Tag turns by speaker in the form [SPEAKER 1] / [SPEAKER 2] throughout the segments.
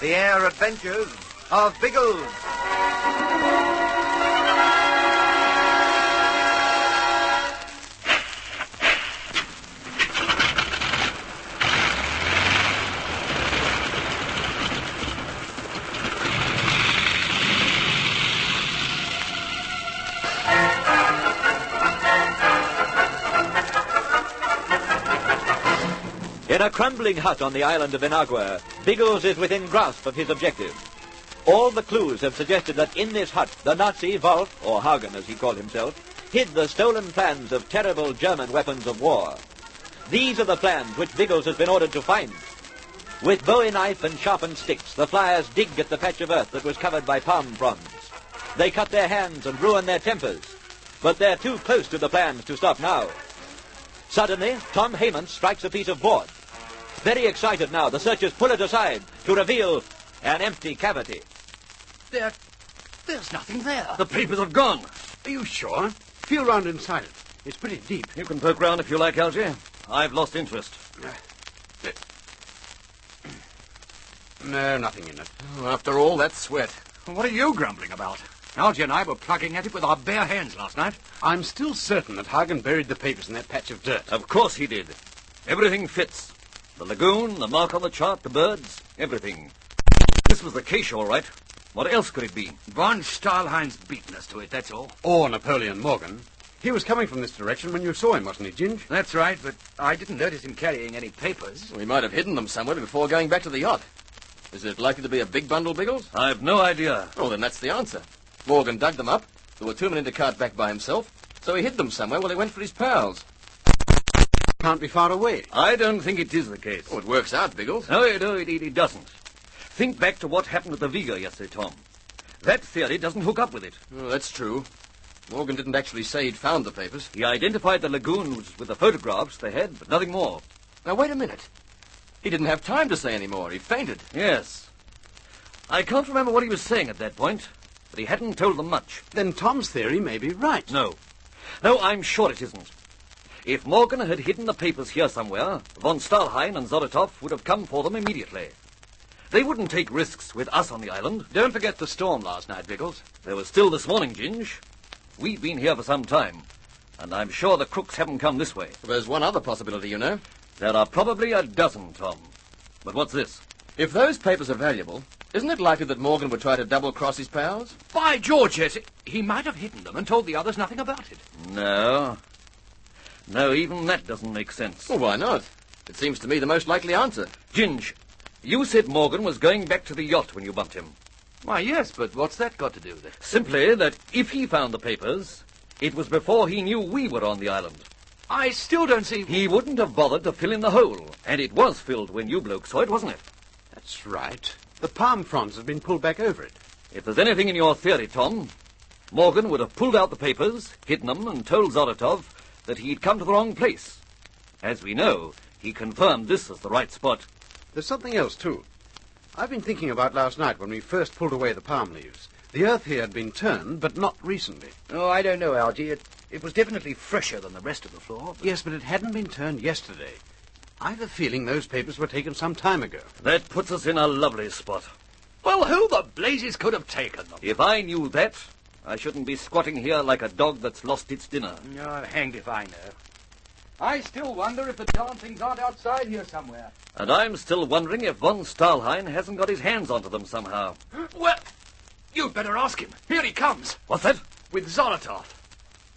[SPEAKER 1] Rare Adventures of Biggles.
[SPEAKER 2] In a crumbling hut on the island of Inagua, Biggles is within grasp of his objective. All the clues have suggested that in this hut, the Nazi Wolf, or Hagen as he called himself, hid the stolen plans of terrible German weapons of war. These are the plans which Biggles has been ordered to find. With bowie knife and sharpened sticks, the flyers dig at the patch of earth that was covered by palm fronds. They cut their hands and ruin their tempers. But they're too close to the plans to stop now. Suddenly, Tom Heyman strikes a piece of board. Very excited now, the searchers pull it aside to reveal an empty cavity.
[SPEAKER 3] There, there's nothing there.
[SPEAKER 4] The papers have gone.
[SPEAKER 3] Are you sure? Feel round inside it. It's pretty deep.
[SPEAKER 4] You can poke round if you like, Algie. I've lost interest.
[SPEAKER 3] No, nothing in it.
[SPEAKER 4] Oh,
[SPEAKER 5] After all that sweat.
[SPEAKER 6] What are you grumbling about? Algie and I were plugging at it with our bare hands last night.
[SPEAKER 3] I'm still certain that Hagen buried the papers in that patch of dirt.
[SPEAKER 4] Of course he did. Everything fits. The lagoon, the mark on the chart, the birds, everything. This was the cache, all right. What else could it be?
[SPEAKER 6] Von Stahlheim's beaten us to it, that's all.
[SPEAKER 3] Or Napoleon Morgan. He was coming from this direction when you saw him, wasn't he, Ginge?
[SPEAKER 6] That's right, but I didn't notice him carrying any papers.
[SPEAKER 5] We might have hidden them somewhere before going back to the yacht. Is it likely to be a big bundle, Biggles?
[SPEAKER 4] I've no idea.
[SPEAKER 5] Oh, then that's the answer. Morgan dug them up. There were two men in the cart back by himself, so he hid them somewhere while he went for his pals.
[SPEAKER 3] Can't be far away.
[SPEAKER 4] I don't think it is the case.
[SPEAKER 5] Oh, it works out, Biggles.
[SPEAKER 4] No, no, it, it, it doesn't. Think back to what happened at the Vega yesterday, Tom. That theory doesn't hook up with it.
[SPEAKER 5] Oh, that's true. Morgan didn't actually say he'd found the papers.
[SPEAKER 4] He identified the lagoons with the photographs they had, but nothing more.
[SPEAKER 5] Now, wait a minute. He didn't have time to say any more. He fainted.
[SPEAKER 4] Yes. I can't remember what he was saying at that point, but he hadn't told them much.
[SPEAKER 3] Then Tom's theory may be right.
[SPEAKER 4] No. No, I'm sure it isn't. If Morgan had hidden the papers here somewhere, von Stahlheim and Zoratov would have come for them immediately. They wouldn't take risks with us on the island.
[SPEAKER 6] Don't forget the storm last night, Biggles.
[SPEAKER 4] There was still this morning, Ginge. We've been here for some time, and I'm sure the crooks haven't come this way.
[SPEAKER 5] There's one other possibility, you know.
[SPEAKER 4] There are probably a dozen, Tom. But what's this?
[SPEAKER 5] If those papers are valuable, isn't it likely that Morgan would try to double cross his pals?
[SPEAKER 6] By George, yes. He might have hidden them and told the others nothing about it.
[SPEAKER 4] No. No, even that doesn't make sense.
[SPEAKER 5] Well, why not? It seems to me the most likely answer.
[SPEAKER 4] Ginge, you said Morgan was going back to the yacht when you bumped him.
[SPEAKER 6] Why, yes, but what's that got to do with it?
[SPEAKER 4] Simply that if he found the papers, it was before he knew we were on the island.
[SPEAKER 6] I still don't see.
[SPEAKER 4] He wouldn't have bothered to fill in the hole, and it was filled when you blokes saw it, wasn't it?
[SPEAKER 3] That's right. The palm fronds have been pulled back over it.
[SPEAKER 4] If there's anything in your theory, Tom, Morgan would have pulled out the papers, hidden them, and told Zoratov that he'd come to the wrong place. As we know, he confirmed this as the right spot.
[SPEAKER 3] There's something else, too. I've been thinking about last night when we first pulled away the palm leaves. The earth here had been turned, but not recently.
[SPEAKER 6] Oh, I don't know, Algie. It, it was definitely fresher than the rest of the floor. but-
[SPEAKER 3] Yes, but it hadn't been turned yesterday. I've a feeling those papers were taken some time ago.
[SPEAKER 4] That puts us in a lovely spot.
[SPEAKER 6] Well, who the blazes could have taken them?
[SPEAKER 4] If I knew that, I shouldn't be squatting here like a dog that's lost its dinner.
[SPEAKER 6] No, hanged if I know.
[SPEAKER 7] I still wonder if the darn things aren't outside here somewhere.
[SPEAKER 4] And I'm still wondering if von Stahlhein hasn't got his hands onto them somehow.
[SPEAKER 6] Well, you'd better ask him. Here he comes,
[SPEAKER 4] What's that?
[SPEAKER 6] with Zoratov.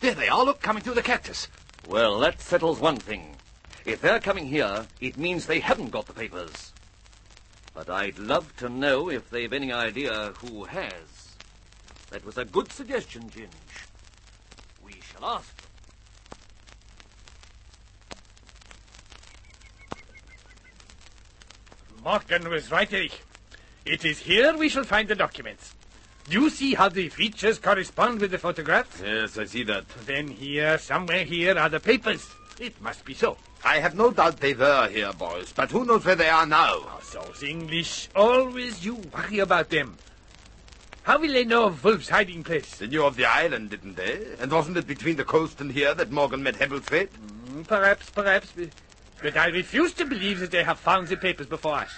[SPEAKER 6] There they are, look, coming through the cactus.
[SPEAKER 4] Well, that settles one thing. If they're coming here, it means they haven't got the papers. But I'd love to know if they've any idea who has. That was a good suggestion, Ginge. We shall ask.
[SPEAKER 8] Morgan was right, Eric. It is here we shall find the documents. Do you see how the features correspond with the photographs?
[SPEAKER 4] Yes, I see that.
[SPEAKER 8] Then here, somewhere here, are the papers. It must be so.
[SPEAKER 7] I have no doubt they were here, boys, but who knows where they are now?
[SPEAKER 8] Those English, always you worry about them. How will they know of Wolf's hiding place?
[SPEAKER 7] They knew of the island, didn't they? And wasn't it between the coast and here that Morgan met Hebblethwaite?
[SPEAKER 8] Hmm, Perhaps, perhaps. but- But I refuse to believe that they have found the papers before us.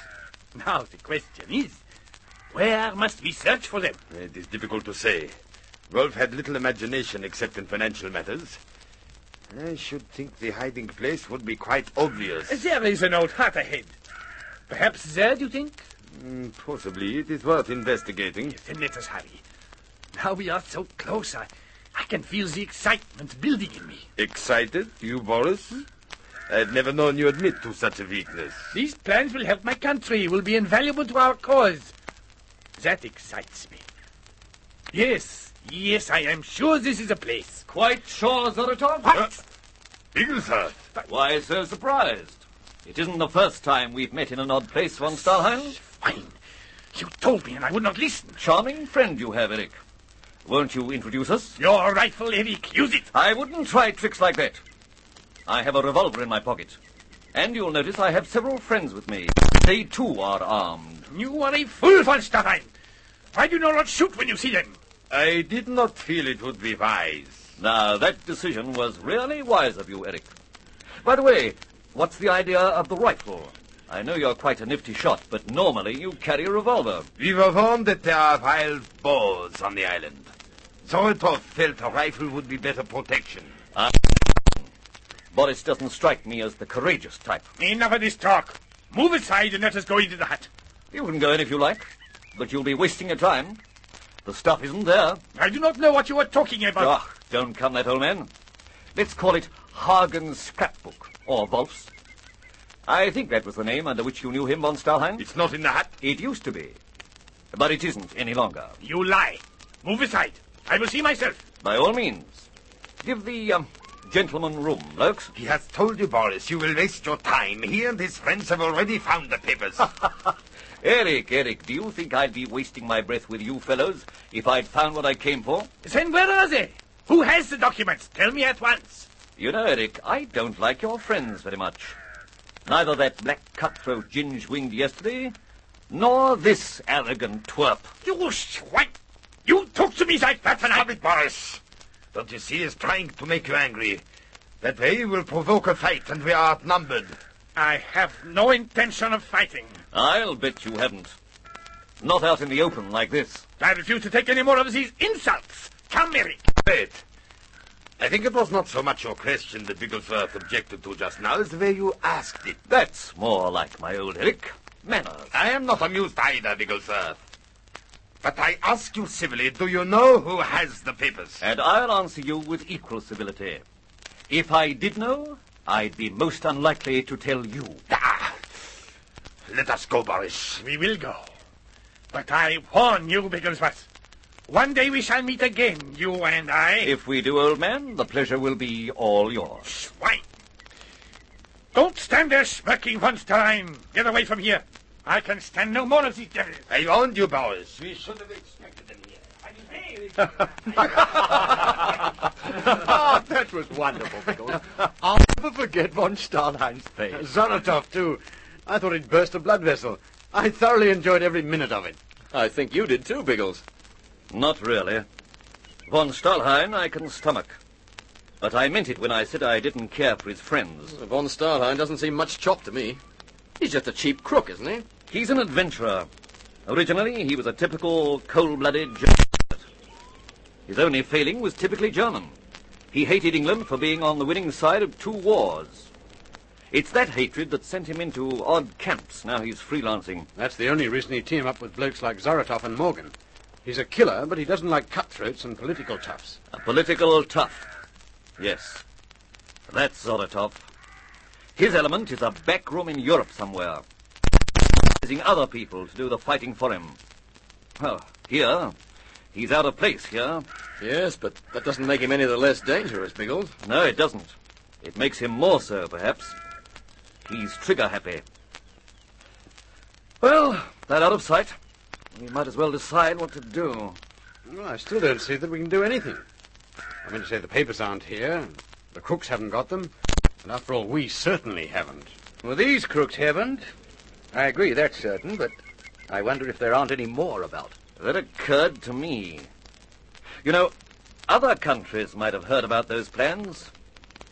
[SPEAKER 8] Now, the question is, Where must we search for them?
[SPEAKER 7] It is difficult to say. Rolf had little imagination except in financial matters. I should think the hiding place would be quite obvious.
[SPEAKER 8] There is an old hut ahead. Perhaps there, do you think?
[SPEAKER 7] Mm, Possibly it is worth investigating.
[SPEAKER 8] Then let us hurry. Now we are so close, I, I can feel the excitement building in me.
[SPEAKER 7] Excited, you, Boris? I've never known you admit to such a weakness.
[SPEAKER 8] These plans will help my country, will be invaluable to our cause. That excites me. Yes, yes, I am sure this is a place. Uh,
[SPEAKER 2] Quite sure, Zolotov?
[SPEAKER 8] Oh, What?
[SPEAKER 7] Bigglesworth!
[SPEAKER 2] Why so surprised? It isn't the first time we've met in an odd place, von Stahlheim.
[SPEAKER 8] Fine. You told me and I would not listen.
[SPEAKER 2] Charming friend you have, Eric. Won't you introduce us?
[SPEAKER 8] Your rifle, Eric, use it.
[SPEAKER 2] I wouldn't try tricks like that. I have a revolver in my pocket. And you'll notice I have several friends with me. They too are armed.
[SPEAKER 8] You are a fool, von Stadtheim. Why do you not shoot when you see them?
[SPEAKER 7] I did not feel it would be wise.
[SPEAKER 2] Now, that decision was really wise of you, Eric. By the way, what's the idea of the rifle? I know you're quite a nifty shot, but normally you carry a revolver.
[SPEAKER 7] We were warned that there are wild boars on the island. Zorotov felt a rifle would be better protection.
[SPEAKER 2] Ah. Boris doesn't strike me as the courageous type.
[SPEAKER 8] Enough of this talk. Move aside and let us go into the hut.
[SPEAKER 2] You can go in if you like, but you'll be wasting your time. The stuff isn't there.
[SPEAKER 8] I do not know what you are talking about.
[SPEAKER 2] Ah, don't come that, old man. Let's call it Hagen's Scrapbook, or Wolf's. I think that was the name under which you knew him, von Stahlheim.
[SPEAKER 7] It's not in the hut.
[SPEAKER 2] It used to be, but it isn't any longer.
[SPEAKER 8] You lie. Move aside. I will see myself.
[SPEAKER 2] By all means, give the um, gentleman room, Lokes.
[SPEAKER 7] He has told you, Boris, you will waste your time. He and his friends have already found the papers.
[SPEAKER 2] Eric, Eric, do you think I'd be wasting my breath with you fellows if I'd found what I came for?
[SPEAKER 8] Then where are they? Who has the documents? Tell me at once.
[SPEAKER 2] You know, Eric, I don't like your friends very much. Neither that black cutthroat ginge winged yesterday, nor this arrogant twerp.
[SPEAKER 8] You swipe. You talk to me like that and I...
[SPEAKER 7] Stop it, Boris. Don't you see he's trying to make you angry? That way he will provoke a fight and we are outnumbered.
[SPEAKER 8] I have no intention of fighting.
[SPEAKER 2] I'll bet you haven't. Not out in the open like this.
[SPEAKER 8] I refuse to take any more of these insults. Come, Eric.
[SPEAKER 7] Wait. I think it was not so much your question that Bigglesworth objected to just now as the way you asked it.
[SPEAKER 2] That's more like my old Eric. Manners.
[SPEAKER 7] I am not amused either, Bigglesworth. But I ask you civilly, do you know who has the papers?
[SPEAKER 2] And I'll answer you with equal civility. If I did know, I'd be most unlikely to tell you.
[SPEAKER 7] Ah. Let us go, Boris.
[SPEAKER 8] We will go. But I warn you, Bigglesworth. One day we shall meet again, you and I.
[SPEAKER 2] If we do, old man, the pleasure will be all yours.
[SPEAKER 8] Swine. Don't stand there smirking once time. Get away from here. I can stand no more of these devils.
[SPEAKER 7] I warned you, Boris. We should have expected them here.
[SPEAKER 3] Ah, that was wonderful, Biggles. I'll never forget von Stahlheim's face. Zorotov, too. I thought he'd burst a blood vessel. I thoroughly enjoyed every minute of it.
[SPEAKER 5] I think you did too, Biggles.
[SPEAKER 2] Not really. Von Stahlheim I can stomach. But I meant it when I said I didn't care for his friends.
[SPEAKER 5] Von Stahlheim doesn't seem much chopped to me. He's just a cheap crook, isn't he?
[SPEAKER 2] He's an adventurer. Originally, he was a typical cold-blooded German. His only failing was typically German. He hated England for being on the winning side of two wars. It's that hatred that sent him into odd camps. Now he's freelancing.
[SPEAKER 3] That's the only reason he teamed up with blokes like Zorotov and Morgan. He's a killer, but he doesn't like cutthroats and political toughs.
[SPEAKER 2] A political tough. Yes. That's Zorotov. His element is a back room in Europe somewhere. Using other people to do the fighting for him. Oh, here. He's out of place here.
[SPEAKER 5] Yes, but that doesn't make him any the less dangerous, Biggles.
[SPEAKER 2] No, it doesn't. It makes him more so, perhaps. He's trigger happy. Well, that out of sight. We might as well decide what to do.
[SPEAKER 3] Well, I still don't see that we can do anything. I mean to say, the papers aren't here, the crooks haven't got them, and after all, we certainly haven't.
[SPEAKER 1] Well, these crooks haven't. I agree, that's certain, but I wonder if there aren't any more about.
[SPEAKER 2] That occurred to me. You know, other countries might have heard about those plans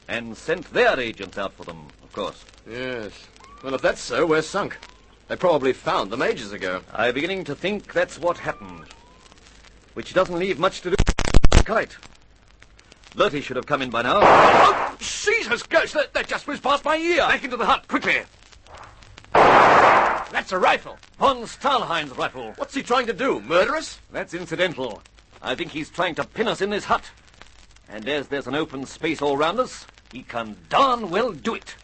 [SPEAKER 2] and sent their agents out for them, of course.
[SPEAKER 5] Yes. Well, if that's so, we're sunk. They probably found them ages ago.
[SPEAKER 4] I'm beginning to think that's what happened. Which doesn't leave much to do. Kite. Lurty should have come in by now.
[SPEAKER 9] Oh, Caesar's ghost! That, that just whizzed past my ear! Back into the hut, quickly!
[SPEAKER 10] That's a rifle.
[SPEAKER 4] Von Stahlheim's rifle.
[SPEAKER 5] What's he trying to do? Murder us?
[SPEAKER 4] That's incidental. I think he's trying to pin us in this hut. And as there's an open space all round us, he can darn well do it.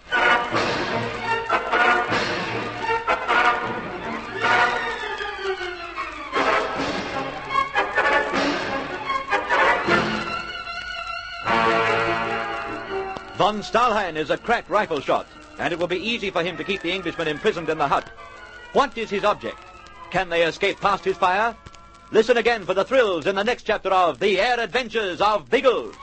[SPEAKER 2] Von Stahlheim is a crack rifle shot, and it will be easy for him to keep the Englishman imprisoned in the hut. What is his object? Can they escape past his fire? Listen again for the thrills in the next chapter of The Air Adventures of Biggles.